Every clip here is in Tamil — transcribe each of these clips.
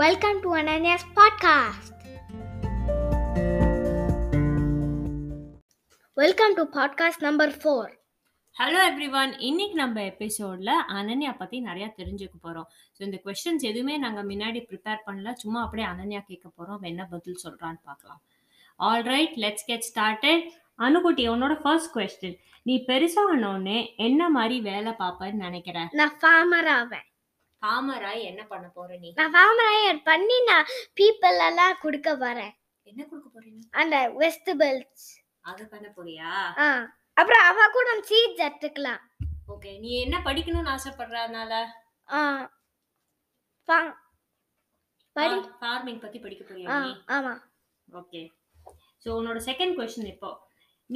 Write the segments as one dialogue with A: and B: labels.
A: Welcome to Ananya's podcast. Welcome to podcast number 4.
B: Hello everyone இன்னைக்கு நம்ம எபிசோட்ல அனன்யா பத்தி நிறைய தெரிஞ்சுக்க போறோம் ஸோ இந்த கொஸ்டின்ஸ் எதுவுமே நாங்க முன்னாடி ப்ரிப்பேர் பண்ணல சும்மா அப்படியே அனன்யா கேட்க போறோம் அவ என்ன பதில் சொல்றான்னு பார்க்கலாம் all right let's get started அனுகுட்டி உன்னோட ஃபர்ஸ்ட் கொஸ்டின் நீ பெருசானோடனே என்ன மாதிரி வேலை பார்ப்பன்னு நினைக்கிற
A: நான் farmer ஆவேன்
B: காமராய் என்ன பண்ண போற நீ
A: நான் farmer ஆயர் பண்ணி நான் people எல்லாம் கொடுக்க வரேன்
B: என்ன கொடுக்க போற நீ
A: அந்த வெஜிடபிள்ஸ்
B: அது பண்ண போறியா
A: ஆ அப்புறம் அவ கூட நம்ம சீட்ஸ் எடுத்துக்கலாம்
B: ஓகே நீ என்ன படிக்கணும்னு ஆசைப்படுற அதனால
A: ஆ பா- படி
B: ஃபார்மிங் பத்தி படிக்க
A: ஆ
B: போறியா நீ
A: ஆமா
B: ஓகே ஸோ உன்னோட செகண்ட் கொஸ்டின் இப்போ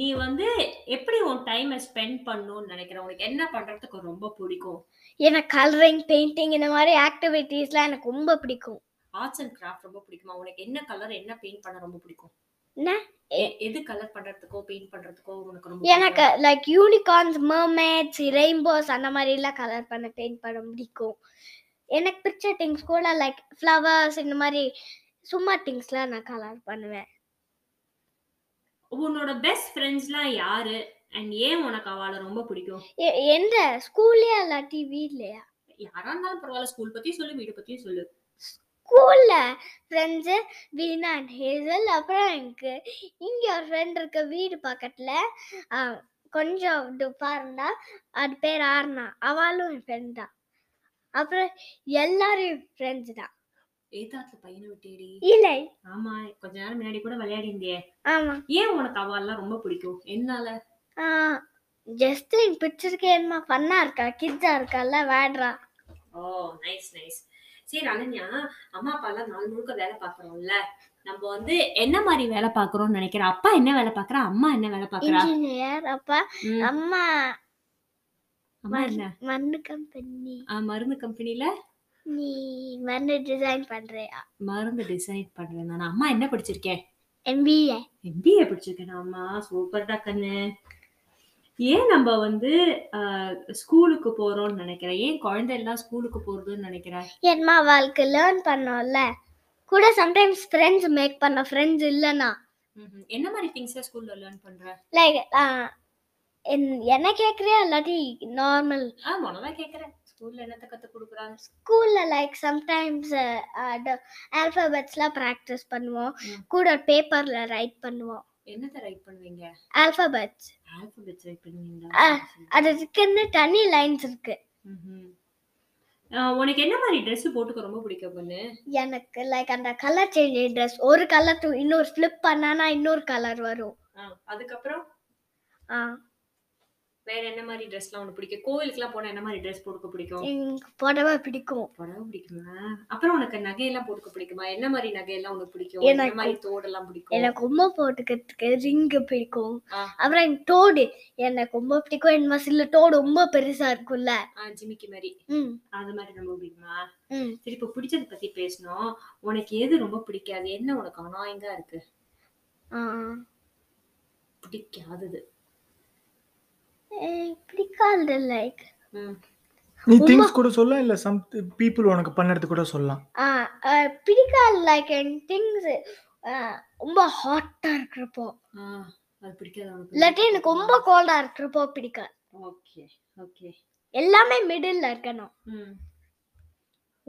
B: நீ வந்து எப்படி உன் டைமை ஸ்பெண்ட் பண்ணணும்னு நினைக்கிற உனக்கு என்ன பண்றதுக்கு ரொம்ப பிடிக்கும்
A: எனக்கு கலரிங் பெயிண்டிங் இந்த மாதிரி ஆக்டிவிட்டீஸ்லாம் எனக்கு ரொம்ப பிடிக்கும்
B: ஆர்ட்ஸ் அண்ட் கிராஃப்ட் ரொம்ப பிடிக்குமா உனக்கு என்ன கலர் என்ன பெயிண்ட் பண்ண ரொம்ப பிடிக்கும்
A: என்ன?
B: எ- எது கலர் பண்றதுக்கோ பெயிண்ட் பண்றதுக்கோ உனக்கு ரொம்ப
A: எனக்கு லைக் யூனிகார்ன்ஸ் மர்மேட்ஸ் ரெயின்போஸ் அந்த மாதிரிலாம் கலர் பண்ண பெயிண்ட் பண்ண பிடிக்கும் எனக்கு பிடிச்ச திங்ஸ் கூட லைக் ஃப்ளவர்ஸ் இந்த மாதிரி சும்மா திங்ஸ்லாம் நான் கலர் பண்ணுவேன்
B: பிடிக்கும்? உன்னோட பெஸ்ட் ஃப்ரெண்ட்ஸ்லாம் யாரு அண்ட் ஏன் உனக்கு அவளை ரொம்ப பிடிக்கும்
A: எ- எந்த ஸ்கூல்லையா இல்லாட்டி வீட்லையா
B: யாரா இருந்தாலும் பரவாயில்ல ஸ்கூல் பத்தியும் சொல்லு வீடு பத்தியும் சொல்லு
A: ஸ்கூலில் ஃப்ரெண்ட்ஸு வீணா அண்ட் ஹேசல் அப்புறம் எனக்கு இங்கே ஒரு ஃப்ரெண்ட் இருக்க வீடு பக்கத்தில் கொஞ்சம் டுப்பா இருந்தா அது பேர் ஆர்னா அவளும் என் ஃப்ரெண்ட் தான் அப்புறம் எல்லாரும் ஃப்ரெண்ட்ஸ் தான்
B: ஏதாத்துல பையனை விட்டேடி
A: இல்லை
B: ஆமா கொஞ்ச நேரம் முன்னாடி கூட விளையாடி இருந்தியே
A: ஆமாம்
B: ஏன் உனக்கு அவள்லாம் ரொம்ப பிடிக்கும் என்னால
A: ஜஸ்ட் என் பிடிச்சிருக்கே என்னமா ஃபன்னாக இருக்கா கிட்ஸாக இருக்கால வேடுறா
B: ஓ நைஸ் நைஸ் சரி அனன்யா அம்மா அப்பா எல்லாம் நாள் முழுக்க வேலை பார்க்கறோம்ல நம்ம வந்து என்ன மாதிரி வேலை பார்க்கறோம்னு நினைக்கிற அப்பா என்ன வேலை பார்க்கறா அம்மா என்ன வேலை பார்க்கறா
A: இன்ஜினியர் அப்பா
B: ம்,
A: அம்மா
B: அம்மா என்ன
A: மண்ணு கம்பெனி
B: ஆ, மருந்து கம்பெனில
A: நீ மண்ணு டிசைன் பண்ணுறியா
B: மருந்து டிசைன் பண்றேன் நான் அம்மா என்ன படிச்சிருக்கேன்
A: எம்பிஏ
B: எம்பிஏ படிச்சிருக்கேன் அம்மா சூப்பர்டா கண்ணு ஏன் நம்ம வந்து ஸ்கூலுக்கு போறோம்னு நினைக்கிறேன் ஏன் குழந்தை எல்லாம் ஸ்கூலுக்கு போறதுன்னு நினைக்கிறேன்
A: ஏன்னா அவளுக்கு லேர்ன் பண்ணோம்ல கூட சம்டைம்ஸ் ஃப்ரெண்ட்ஸ் மேக் பண்ண ஃப்ரெண்ட்ஸ் இல்லைனா
B: ம்ஹும். என்ன மாதிரி திங்ஸ் ஸ்கூல்ல லேர்ன் பண்ற
A: லைக் என்ன கேட்குறியா இல்லாட்டி நார்மல்
B: ஆ மொழவா கேக்குறேன் ஸ்கூல்ல என்னத்த கத்து கொடுக்குறாங்க
A: ஸ்கூலில் லைக் சம்டைம்ஸ் ஆல்ஃபபெட்ஸ்லாம் ப்ராக்டிஸ் பண்ணுவோம்
B: ம்.
A: கூட பேப்பரில் ரைட் பண்ணுவோம்
B: என்னத்த ரைட் பண்ணுவீங்க
A: ஆல்ஃபபெட்ஸ்
B: ஆல்பபெட் ரைட்
A: ஆ.
B: பண்ணுவீங்களா
A: அதுக்குன்னு தனி லைன்ஸ் இருக்கு
B: ம்ஹும். ஆ, உனக்கு என்ன மாதிரி Dress போட்டுக்க ரொம்ப பிடிக்கும் பொண்ணு
A: எனக்கு லைக் அந்த கலர் சேஞ்ச் ட்ரெஸ் ஒரு கலர் டூ இன்னொரு ஃப்ளிப் பண்ணானா இன்னொரு கலர் வரும்
B: அதுக்கப்புறம்
A: ஆ
B: வேற என்ன மாதிரி ட்ரெஸ்லாம் உனக்கு பிடிக்கும் கோவிலுக்குலாம் போனா என்ன மாதிரி ட்ரெஸ் போட்டுக்க பிடிக்கும்
A: எனக்கு புடவை பிடிக்கும்
B: புடவை பிடிக்குமா அப்புறம் உனக்கு நகையெல்லாம் போட்டுக்க பிடிக்குமா என்ன மாதிரி நகையெல்லாம் உனக்கு பிடிக்கும்
A: எனக்கு-
B: என்ன மாதிரி தோடெல்லாம் பிடிக்கும்
A: எனக்கு ரொம்ப போட்டுக்கிறதுக்கு ரிங்கு பிடிக்கும்
B: ஆ.
A: அப்புறம் எனக்கு தோடு எனக்கு ரொம்ப பிடிக்கும் என் மசில தோடு ரொம்ப பெருசா இருக்கும்ல
B: ஆ, ஜிமிக்கி மாதிரி
A: ம்
B: அது மாதிரி ரொம்ப பிடிக்குமா
A: ம்
B: சரி இப்போ பிடிச்சதை பத்தி பேசணும் உனக்கு எது ரொம்ப பிடிக்காது என்ன உனக்கு அனாயங்கா இருக்கு
A: ஆ.
B: பிடிக்காதது
A: ஏய், பிடிக்காது லைக்
B: ம்
C: நீ திங்ஸ் கூட சொல்லலாம் இல்ல சம் பீப்புள் உனக்கு பண்ணறது கூட சொல்லலாம்
A: பிடிக்காது லைக் என் திங்ஸ் ரொம்ப ஹாட்டா இருக்கிறப்போ
B: ஆ, அது பிடிக்காது உனக்கு
A: இல்லாட்டி எனக்கு ரொம்ப கோல்டா இருக்கிறப்போ பிடிக்காது
B: ஓகே ஓகே
A: எல்லாமே மிடில் இருக்கணும்
B: ம்.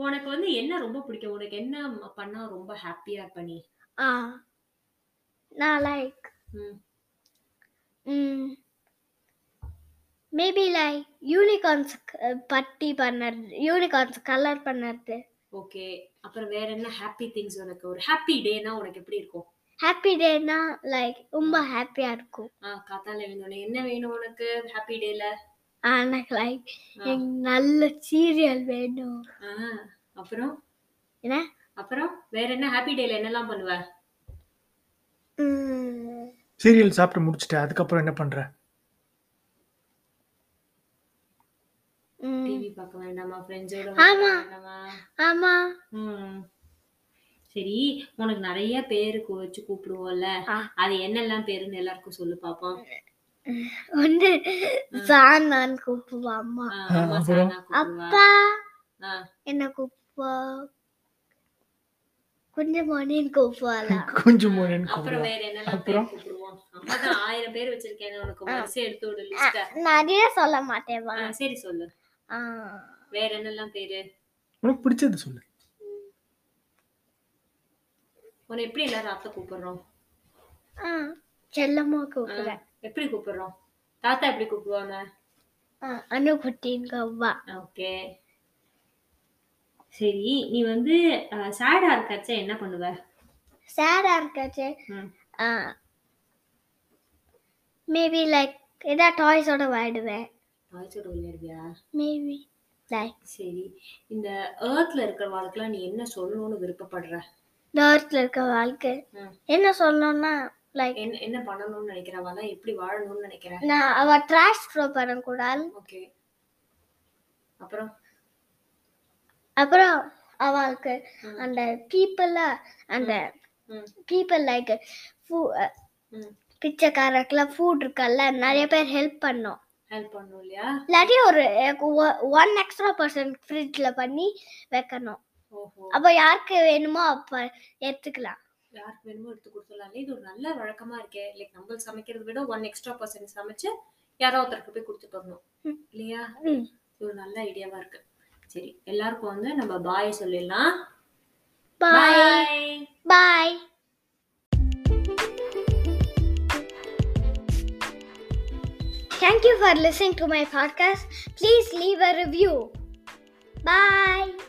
B: உனக்கு வந்து என்ன ரொம்ப பிடிக்கும் உனக்கு என்ன ம- பண்ணா ரொம்ப ஹாப்பியா இருப்ப நீ
A: ஆ நான் லைக்
B: ம்.
A: ம் மேபி லைக் யூனிகார்ன்ஸ் பட்டி பண்ணுறது யூனிகார்ன்ஸ் கலர் பண்ணுறது
B: ஓகே அப்புறம் வேற என்ன ஹாப்பி திங்ஸ் உனக்கு ஒரு ஹாப்பி டேனா உனக்கு எப்படி இருக்கும்
A: ஹாப்பி டேனா லைக் ரொம்ப ஹாப்பியாக இருக்கும்
B: ஆ காத்தால எழுந்தோடனே என்ன வேணும் உனக்கு ஹாப்பி டேல
A: எனக்கு லைக் எனக்கு நல்ல சீரியல் வேணும்
B: ஆ அப்புறம்
A: என்ன
B: அப்புறம் வேற என்ன ஹாப்பி டேல என்னெல்லாம் பண்ணுவ
A: ம்,
C: சீரியல் சாப்பிட்டு முடிச்சிட்ட அதுக்கப்புறம் என்ன பண்ற
A: ம்,
B: டிவி பார்க்க வேண்டாமா ஃப்ரெண்ட்ஸோட
A: ஆமா.
B: வேண்டாமா
A: ஆமா
B: ம். சரி உனக்கு நிறைய பேருக்கு வச்சு கூப்பிடுவோம்ல
A: ஆ.
B: அது என்னெல்லாம் பேருன்னு எல்லாருக்கும் சொல்லு பாப்போம்
A: வந்து சானான்னு கூப்பிடுவா அம்மா
B: ஆ, அம்மா
C: அப்புறம்?
B: சானா கூப்பிடுவா
A: அப்பா
B: ஆ
A: என்ன கூப்பிடுவா கொஞ்சம் மணின்னு கூப்பிடலாம்
C: கொஞ்சம் மோனேன்னு
B: அப்புறம்
C: கூப்பிடுவோம்
B: வேற என்னெல்லாம்
C: அப்புறம்?
B: பேர் கூப்பிடுவோம் அம்மாதான் ஆயிரம் பேர் வச்சிருக்கேன் உனக்கு வரிசை எடுத்து விடு லிஸ்ட
A: நிறைய சொல்ல மாட்டேவா
B: சரி சொல்லு வேற என்னெல்லாம் பேரு
C: உனக்கு பிடிச்சது சொல்லு
B: உன்னை எப்படி எல்லாரும் அத்தை கூப்பிடுறோம்
A: செல்லம்மா
B: ஆ,
A: கூப்பிடுவேன்
B: எப்படி கூப்பிடுறோம் தாத்தா எப்படி கூப்பிடுவாங்க
A: ஆ, அனுக்குட்டின்னு கூப்பிடுவா
B: ஓகே சரி நீ வந்து சேடா இருக்காச்ச என்ன பண்ணுவ
A: சேடா இருக்காச்சு
B: ம்.
A: மேபி லைக் ஏதா டாய்ஸோட விளையாடுவேன்
B: டாய்ஸோட விளையாடுவியா
A: மேபி லைக்
B: சரி இந்த ஏர்த்ல இருக்கிற வாழ்க்கைலாம் நீ என்ன சொல்லணும்னு விருப்பப்படுற
A: டர்த்தில் இருக்க வாழ்க்கை
B: ம்.
A: என்ன சொல்லணும்னா லைக்
B: என்ன என்ன பண்ணணும்னு நினைக்கிற அவெல்லாம் எப்படி வாழணும்னு நினைக்கிற
A: நான் அவ ட்ராஷ் த்ரோ பண்ணக்கூடாது
B: ஓகே அப்புறம்
A: அப்புறம் அவளுக்கு
B: ம்.
A: அந்த பீப்புள அந்த
B: ம்,
A: பீப்புள் லைக்
B: ம்
A: பிச்சைக்காரருக்குலாம் ஃபுட் இருக்கல்ல நிறைய பேர் ஹெல்ப் பண்ணோம்
B: ஹெல்ப் பண்ணணும் இல்லையா
A: இல்லாட்டி ஒரு ஒன் எக்ஸ்ட்ரா பர்சன் ஃப்ரிட்ஜில் பண்ணி வைக்கணும்
B: ஓஹோ
A: அப்போ யாருக்கு வேணுமோ அப்போ எடுத்துக்கலாம்
B: யாருக்கு வேணுமோ எடுத்து கொடுத்துடலாம் இது ஒரு நல்ல வழக்கமா இருக்கே லைக் நம்ம சமைக்கிறத விட ஒன் எக்ஸ்ட்ரா பர்சன்ட் சமைச்சு யாரோ ஒருத்தருக்கு போய் கொடுத்துட்டு வரணும்
A: ம்.
B: இல்லையா
A: ம்
B: இது ஒரு நல்ல ஐடியாவா இருக்கு சரி எல்லாருக்கும் வந்து நம்ம பாய் சொல்லிடலாம்
A: bye
B: bye
A: bye Thank you for listening to my podcast. Please leave a review. Bye.